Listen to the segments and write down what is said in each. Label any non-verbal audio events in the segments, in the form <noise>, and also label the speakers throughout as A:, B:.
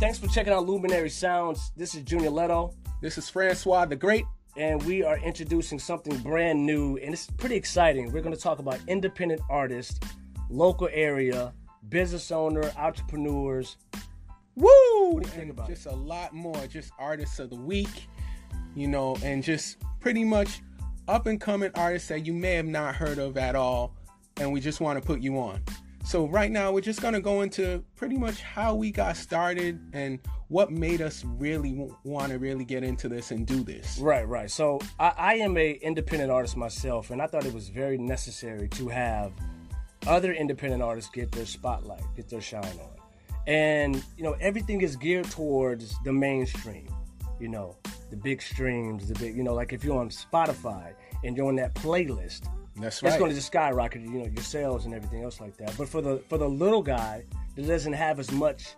A: Thanks for checking out Luminary Sounds. This is Junior Leto,
B: This is Francois the Great.
A: and we are introducing something brand new, and it's pretty exciting. We're going to talk about independent artists, local area, business owner, entrepreneurs. do
B: Woo!
A: you think about
B: just a lot more, just artists of the week, you know, and just pretty much up and coming artists that you may have not heard of at all, and we just want to put you on. So right now we're just gonna go into pretty much how we got started and what made us really want to really get into this and do this.
A: Right, right. So I, I am a independent artist myself, and I thought it was very necessary to have other independent artists get their spotlight, get their shine on. And you know, everything is geared towards the mainstream. You know, the big streams, the big. You know, like if you're on Spotify and you're on that playlist,
B: That's
A: it's
B: right.
A: going to just skyrocket. You know, your sales and everything else like that. But for the for the little guy that doesn't have as much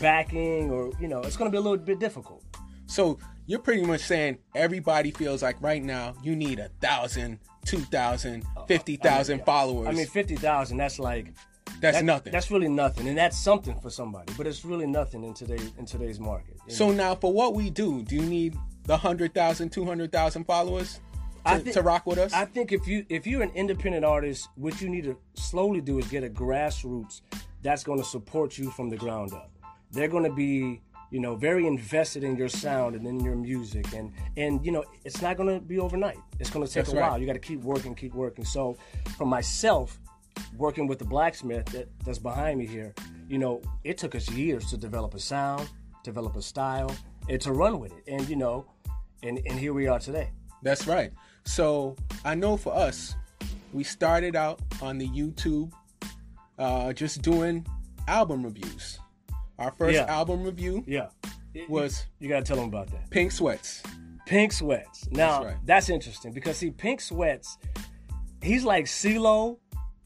A: backing, or you know, it's going to be a little bit difficult.
B: So you're pretty much saying everybody feels like right now you need a thousand, two thousand, fifty thousand followers.
A: Uh, I mean, fifty thousand. That's like
B: that's
A: that-
B: nothing.
A: That's really nothing, and that's something for somebody. But it's really nothing in today in today's market. you know?
B: So now, for what we do, do you need the 100,000, 200,000 followers
A: I
B: to,
A: thi-
B: to rock with us?
A: I think if you if you're an independent artist, what you need to slowly do is get a grassroots that's going to support you from the ground up. They're going to be you know very invested in your sound and in your music and and you know it's not going to be overnight it's going to take
B: That's
A: a while
B: right.
A: you got to keep working keep working so for myself working with the blacksmith that, that's behind me here you know it took us years to develop a sound develop a style and to run with it and you know and and here we are today
B: That's right. So I know for us, we started out on the YouTube uh, just doing album reviews. Our first
A: Yeah.
B: album review
A: yeah
B: was
A: You gotta tell them about that.
B: Pink Sweats.
A: Pink Sweats. Now that's,
B: That's right.
A: interesting because see, Pink Sweats, he's like CeeLo,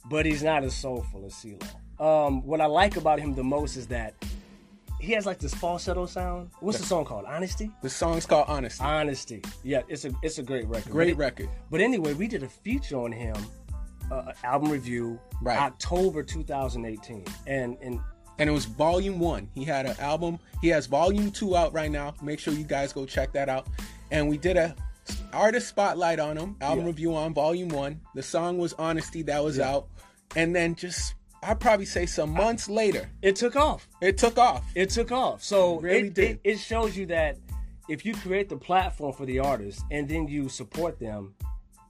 A: but he's not as soulful as CeeLo. Um, what I like about him the most is that he has like this falsetto sound. What's the song called? Honesty.
B: The song's called Honesty.
A: Honesty. Yeah, it's a it's a great record.
B: Great
A: But it-
B: record.
A: But anyway, we did a feature on him, uh, album review,
B: Right.
A: October 2018, and and
B: and it was volume one. He had an album. He has volume two out right now. Make sure you guys go check that out. And we did a artist spotlight on him, album
A: Yeah.
B: review on volume one. The song was Honesty that was out, and then just I'd probably say some months later,
A: it took off.
B: it took off.
A: It took off. So
B: really
A: it,
B: did.
A: it, it shows you that if you create the platform for the artist and then you support them,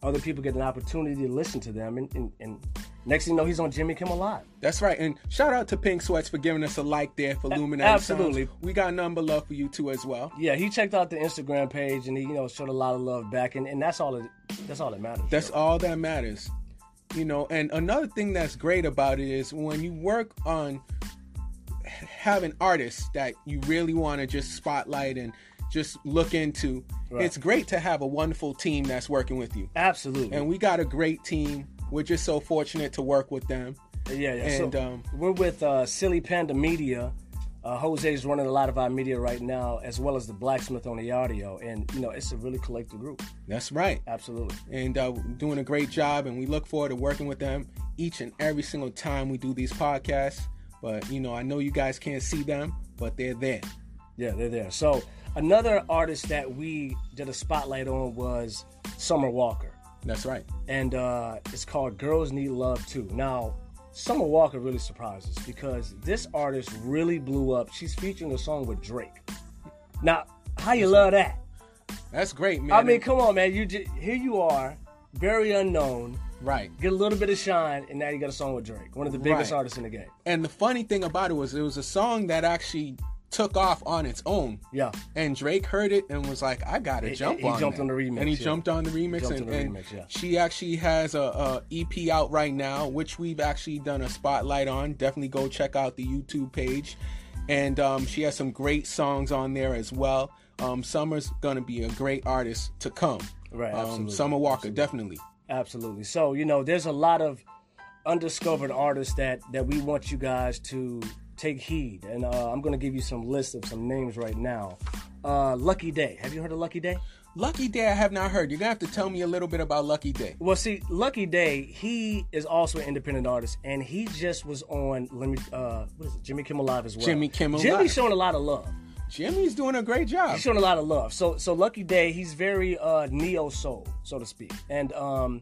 A: other people get an opportunity to listen to them. And, and, and next thing you know, he's on Jimmy Kimmel Live.
B: That's right. And shout out to Pink Sweats for giving us a like there for Luminary.
A: absolutely.
B: Sounds. We got number love for you too as well.
A: Yeah, he checked out the Instagram page and he, you know, showed a lot of love back. And, and that's all it, that's all that matters.
B: That's all that matters. You know, and another thing that's great about it is when you work on having artists that you really want to just spotlight and just look into,
A: Right.
B: it's great to have a wonderful team that's working with you.
A: Absolutely.
B: And we got a great team. We're just so fortunate to work with them.
A: Yeah, yeah.
B: And,
A: so
B: um,
A: we're with uh, Silly Panda Media. Uh, Jose's running a lot of our media right now, as well as the Blacksmith on the audio. And, you know, it's a really collective group.
B: That's right.
A: Absolutely.
B: And uh, doing a great job. And we look forward to working with them each and every single time we do these podcasts. But, you know, I know you guys can't see them, but they're there.
A: Yeah, they're there. So another artist that we did a spotlight on was Summer Walker,
B: That's right.
A: and uh, it's called "Girls Need Love Too." Now, Summer Walker really surprised us because this artist really blew up. She's featuring a song with Drake. Now, how you love that?
B: That's great, man.
A: I mean, come on, man. You just, here you are, very unknown.
B: Right.
A: Get a little bit of shine, and now you got a song with Drake, one of the biggest
B: Right.
A: artists in the game.
B: And the funny thing about it was it was a song that actually took off on its own.
A: Yeah.
B: And Drake heard it and was like, I gotta jump
A: he
B: on
A: jumped
B: that.
A: on the remix,
B: And he
A: yeah.
B: jumped on the remix
A: Jumped
B: and,
A: on the
B: and
A: remix, yeah.
B: she actually has a, a EP out right now, which we've actually done a spotlight on. Definitely go check out the YouTube page. And um, she has some great songs on there as well. Um, Summer's gonna be a great artist to come.
A: Right,
B: Um,
A: absolutely,
B: Summer Walker, definitely.
A: Absolutely. So you know, there's a lot of undiscovered artists that that we want you guys to take heed, and uh, I'm going to give you some lists of some names right now uh, Lucky Day. Have you heard of Lucky Day?
B: Lucky Day, I have not heard. You're gonna have to tell me a little bit about Lucky Day.
A: Well, see, Lucky Day, he is also an independent artist, and he just was on let me uh, what is it, Jimmy Kimmel Live as well.
B: Jimmy Kimmel
A: Jimmy's
B: Live.
A: showing a lot of love.
B: Jimmy's doing a great job.
A: He's showing a lot of love. So, so Lucky Day, he's very uh, neo soul, so to speak, and um,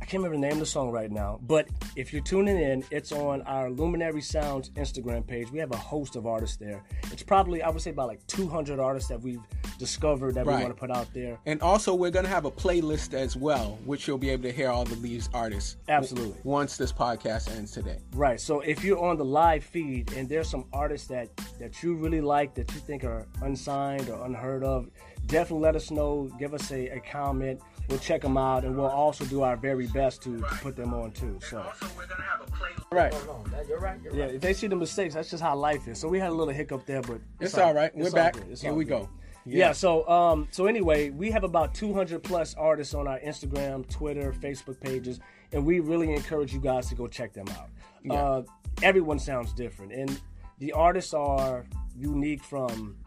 A: I can't remember the name of the song right now. But if you're tuning in, it's on our Luminary Sounds Instagram page. We have a host of artists there. It's probably I would say about like 200 artists that we've discovered that
B: Right.
A: we want to put out there.
B: And also, we're gonna have a playlist as well, which you'll be able to hear all the Leaves artists
A: Absolutely.
B: once this podcast ends today.
A: Right. So if you're on the live feed and there's some artists that that you really like that you think are unsigned or unheard of, definitely let us know. Give us a, a comment. We'll check them out, and we'll also do our very best to, to put them on too. So. Right.
C: You're right. You're
A: Yeah. If they see the mistakes, that's just how life is. So we had a little hiccup there, but
B: It's all right. We're
A: It's all
B: back.
A: good. It's
B: Here
A: all
B: we
A: good.
B: go.
A: Yeah. So um. So anyway, we have about 200 plus artists on our Instagram, Twitter, Facebook pages, and we really encourage you guys to go check them out. Uh, everyone sounds different, and the artists are unique from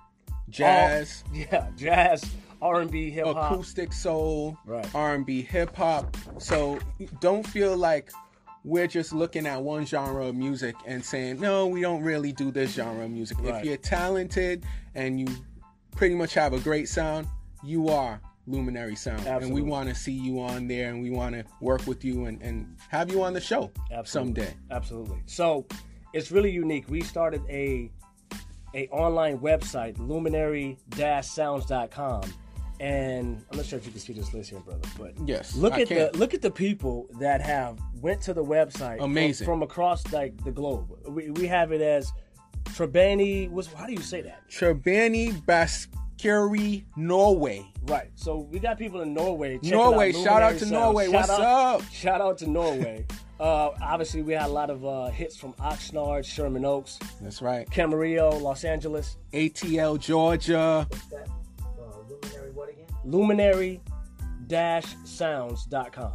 B: Jazz,
A: <laughs> yeah, jazz, R&B, hip hop.
B: acoustic soul,
A: Right.
B: R&B, hip hop. So don't feel like we're just looking at one genre of music and saying, "No, we don't really do this genre of music." If
A: Right.
B: you're talented and you pretty much have a great sound, you are Luminary Sound, and we
A: Absolutely.
B: want to see you on there, and we want to work with you and, and have you on the show
A: Absolutely.
B: someday.
A: Absolutely. So it's really unique. We started a a online website, luminary-sounds.com. And I'm not sure if you can see this list here, brother, but
B: Yes,
A: look
B: I
A: at
B: can.
A: the look at the people that have went to the website from-
B: Amazing.
A: from, across like the globe. We, we have it as Trebani. What's how do you say that?
B: Trebani Baskeri, Norway.
A: Right. So we got people in Norway. checking
B: Norway,
A: out
B: shout out
A: Luminary
B: to
A: Sounds.
B: Norway.
A: Shout
B: What's
A: out-
B: up?
A: Shout out to Norway. <laughs> uh, obviously, we had a lot of uh, hits from Oxnard, Sherman Oaks,
B: That's right.
A: Camarillo, Los Angeles,
B: ATL, Georgia.
C: that uh, luminary what again?
A: luminary sounds.com.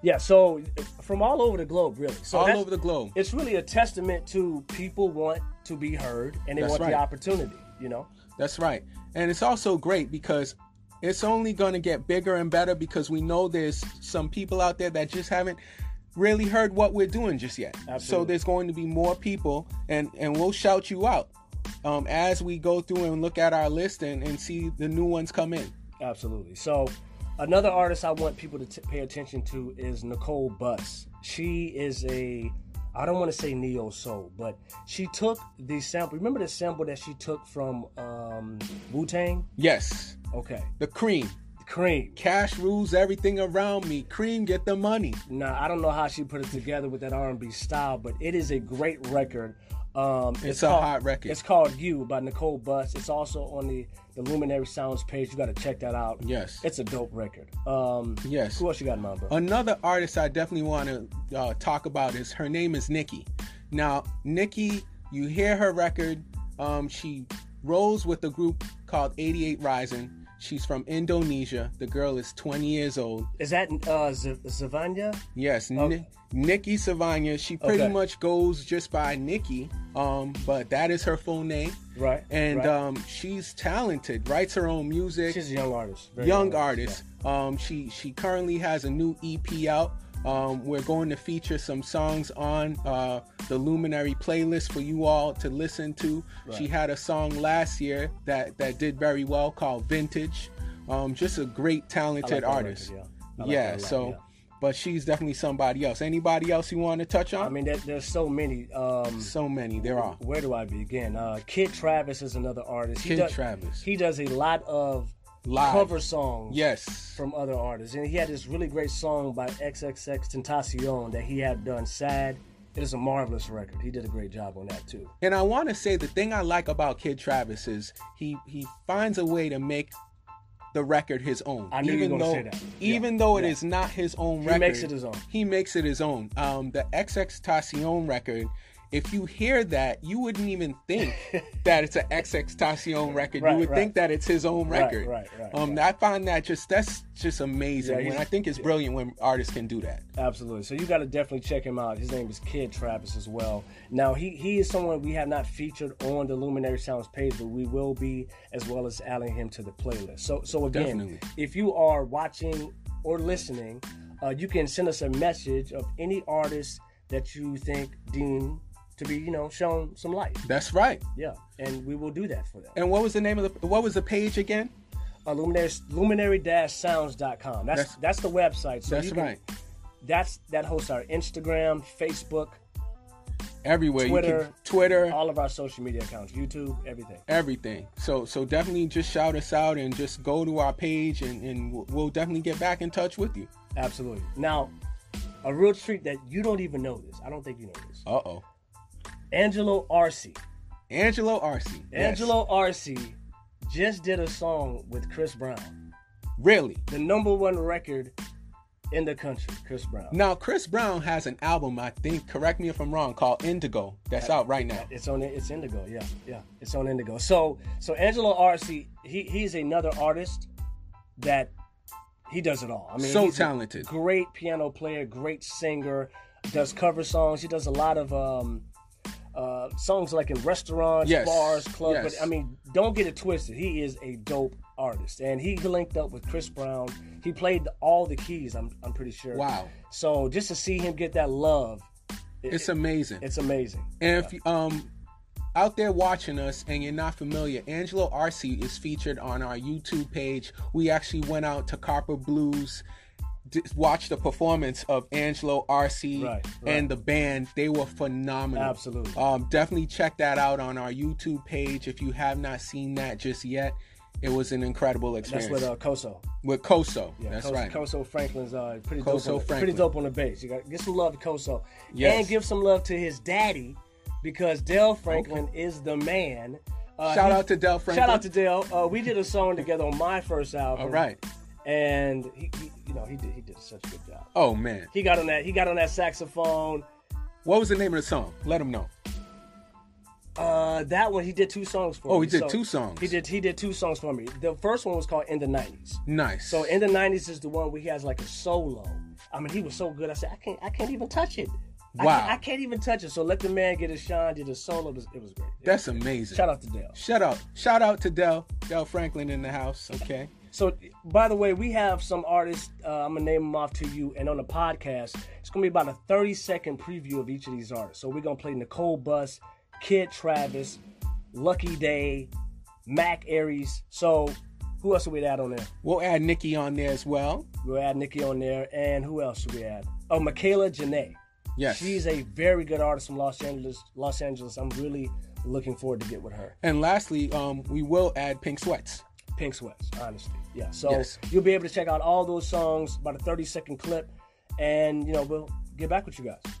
A: Yeah, so from all over the globe, really. So
B: all
A: that's-
B: over the globe.
A: It's really a testament to people want to be heard and they
B: That's
A: want
B: right.
A: the opportunity, you know?
B: That's right. And it's also great because it's only going to get bigger and better because we know there's some people out there that just haven't really heard what we're doing just yet. So
A: Absolutely.
B: there's going to be more people and and we'll shout you out um, as we go through and look at our list and, and see the new ones come in.
A: Absolutely. So, another artist I want people to t- pay attention to is Nicole Butts. She is a, I don't want to say neo soul, but she took the sample. Remember the sample that she took from um, Wu Tang?
B: Yes.
A: Okay,
B: The cream.
A: Cream.
B: Cash rules everything around me. Cream get the money.
A: Now I don't know how she put it together with that R&B style, but it is a great record. Um,
B: It's a hot record.
A: It's called "You" by Nicole Butts. It's also on the the Luminary Sounds page. You got to check that out.
B: Yes.
A: it's a dope record. Um,
B: Yes.
A: who else you got in mind, bro?
B: Another artist I definitely want to uh, talk about is her name is Nikki. Now, Nikki, you hear her record. Um, she rolls with a group called 88 Rising. She's from Indonesia. The girl is 20 years old.
A: Is that uh, Z- Zavanya?
B: Yes, Ni-
A: Okay.
B: Nikki Savanya. She pretty
A: Okay.
B: much goes just by Nikki, um, but that is her full name.
A: Right.
B: And
A: right.
B: um, she's talented. Writes her own music.
A: she's a young artist. very
B: young artist. Um, she she currently has a new EP out. Um, we're going to feature some songs on uh, the Luminary playlist for you all to listen to. She had a song last year that that did very well called Vintage. Um, just a great
A: I
B: talented
A: like that record,
B: artist.
A: yeah. I like
B: yeah.
A: that a lot,
B: so,
A: yeah.
B: but she's definitely somebody else. Anybody else you want to touch on?
A: I mean, there, there's so many. Um,
B: so many there are.
A: where do I begin? Uh, Kid Travis is another artist.
B: Kid
A: he does,
B: Travis.
A: He does a lot of
B: Live.
A: cover songs.
B: Yes.
A: From other artists, and he had this really great song by XXX Tentacion that he had done. Sad. It is a marvelous record. He did a great job on that too.
B: And I want to say the thing I like about Kid Travis is he he finds a way to make the record his own.
A: I knew you were gonna
B: though,
A: say that. Yeah.
B: Even though it is
A: Yeah.
B: not his own record,
A: makes it his own.
B: He makes it his own. Um, the XXXTentacion record If you hear that, you wouldn't even
A: <laughs>
B: think that it's an XXXTentacion record.
A: Right,
B: you would
A: right.
B: think that it's his own
A: Right,
B: record.
A: right, right,
B: um, I find that just that's just amazing.
A: Yeah,
B: when
A: he's-
B: I think it's brilliant when artists can do that.
A: Absolutely. So you got to definitely check him out. His name is Kid Travis as well. Now he he is someone we have not featured on the Luminary Sounds page, but we will be as well as adding him to the playlist. So so again,
B: Definitely.
A: if you are watching or listening, uh, you can send us a message of any artist that you think deem to be you know shown some light.
B: That's right.
A: Yeah, and we will do that for them.
B: And what was the name of the what was the page again?
A: Uh, luminary luminary sounds.com. That's, that's
B: That's-
A: the website. So
B: That's
A: you can-
B: right.
A: That's that hosts our Instagram, Facebook.
B: Everywhere you
A: Twitter.
B: can Twitter,
A: all of our social media accounts, YouTube, everything.
B: everything. So so definitely just shout us out and just go to our page and, and we'll- we'll definitely get back in touch with you.
A: Absolutely. Now, a real treat that you don't even know this. I don't think you know this.
B: Uh oh.
A: Angelo Arce.
B: Angelo Arce. Yes.
A: Angelo Arce just did a song with Chris Brown,
B: Really?
A: the number one record in the country. Chris Brown.
B: Now Chris Brown has an album, I think, correct me if I'm wrong, called Indigo. That's out right now.
A: It's on. It's Indigo. Yeah, yeah. It's on Indigo. So, so Angelo Arce, he he's another artist that he does it all. I mean,
B: So
A: he's a
B: talented.
A: great piano player, great singer, does cover songs. He does a lot of um, uh, songs like in restaurants,
B: Yes,
A: bars, clubs.
B: yes.
A: But I mean, don't get it twisted. He is a dope artist, and he linked up with Chris Brown. He played all the keys. I'm I'm pretty sure.
B: Wow.
A: So just to see him get that love, it-
B: It's amazing.
A: it's amazing.
B: And if you, um out there watching us and you're not familiar, Angelo Arce is featured on our YouTube page. We actually went out to Copper Blues, d- watched the performance of Angelo Arce
A: right.
B: and the band. They were phenomenal.
A: Absolutely.
B: Um, definitely check that out on our YouTube page if you have not seen that just yet. It was an incredible
A: That's
B: experience
A: with uh, Koso.
B: with Koso.
A: Yeah,
B: That's
A: Koso,
B: right.
A: Koso Franklin's uh, pretty dope.
B: Koso
A: on the, pretty
B: Franklin.
A: dope on the bass. You got get some love to Koso,
B: Yes.
A: and give some love to his daddy because Dell Franklin is the man. Uh,
B: Shout
A: he-
B: out to Del Franklin.
A: Shout out to Dell. Uh, we did a song together on my first album.
B: All right.
A: and he, he you know, he did he did such a good job.
B: Oh man,
A: He got on that he got on that saxophone.
B: what was the name of the song? Let him know.
A: Uh, that one he did two songs for.
B: Oh,
A: me.
B: he did
A: So-
B: two songs.
A: He did he did two songs for me. The first one was called "In the '90s."
B: Nice.
A: So in the nineties is the one where he has like a solo. I mean, he was so good. I said, I can't, I can't even touch it. I
B: Wow.
A: can't, I can't even touch it. So let the man get his shine. Did a solo. It was, it was great.
B: that's amazing.
A: Shout out to Dale.
B: Shut up. Shout out to Dell. Dell Franklin in the house. Okay.
A: So by the way, we have some artists. Uh, I'm gonna name them off to you. And on the podcast, it's gonna be about a 30 second preview of each of these artists. So we're gonna play Nicole Bus, Kid Travis, Lucky Day, Mac Aries. So who else would we add on there?
B: We'll add Nikki on there as well.
A: We'll add Nikki on there. And who else should we add? Oh, Michaela Janae.
B: Yes.
A: She's a very good artist from Los Angeles. Los Angeles. I'm really looking forward to get with her.
B: and lastly, um, we will add Pink Sweats.
A: Pink Sweats, honestly. Yeah. So
B: Yes.
A: you'll be able to check out all those songs, about a 30 second clip, and you know we'll get back with you guys.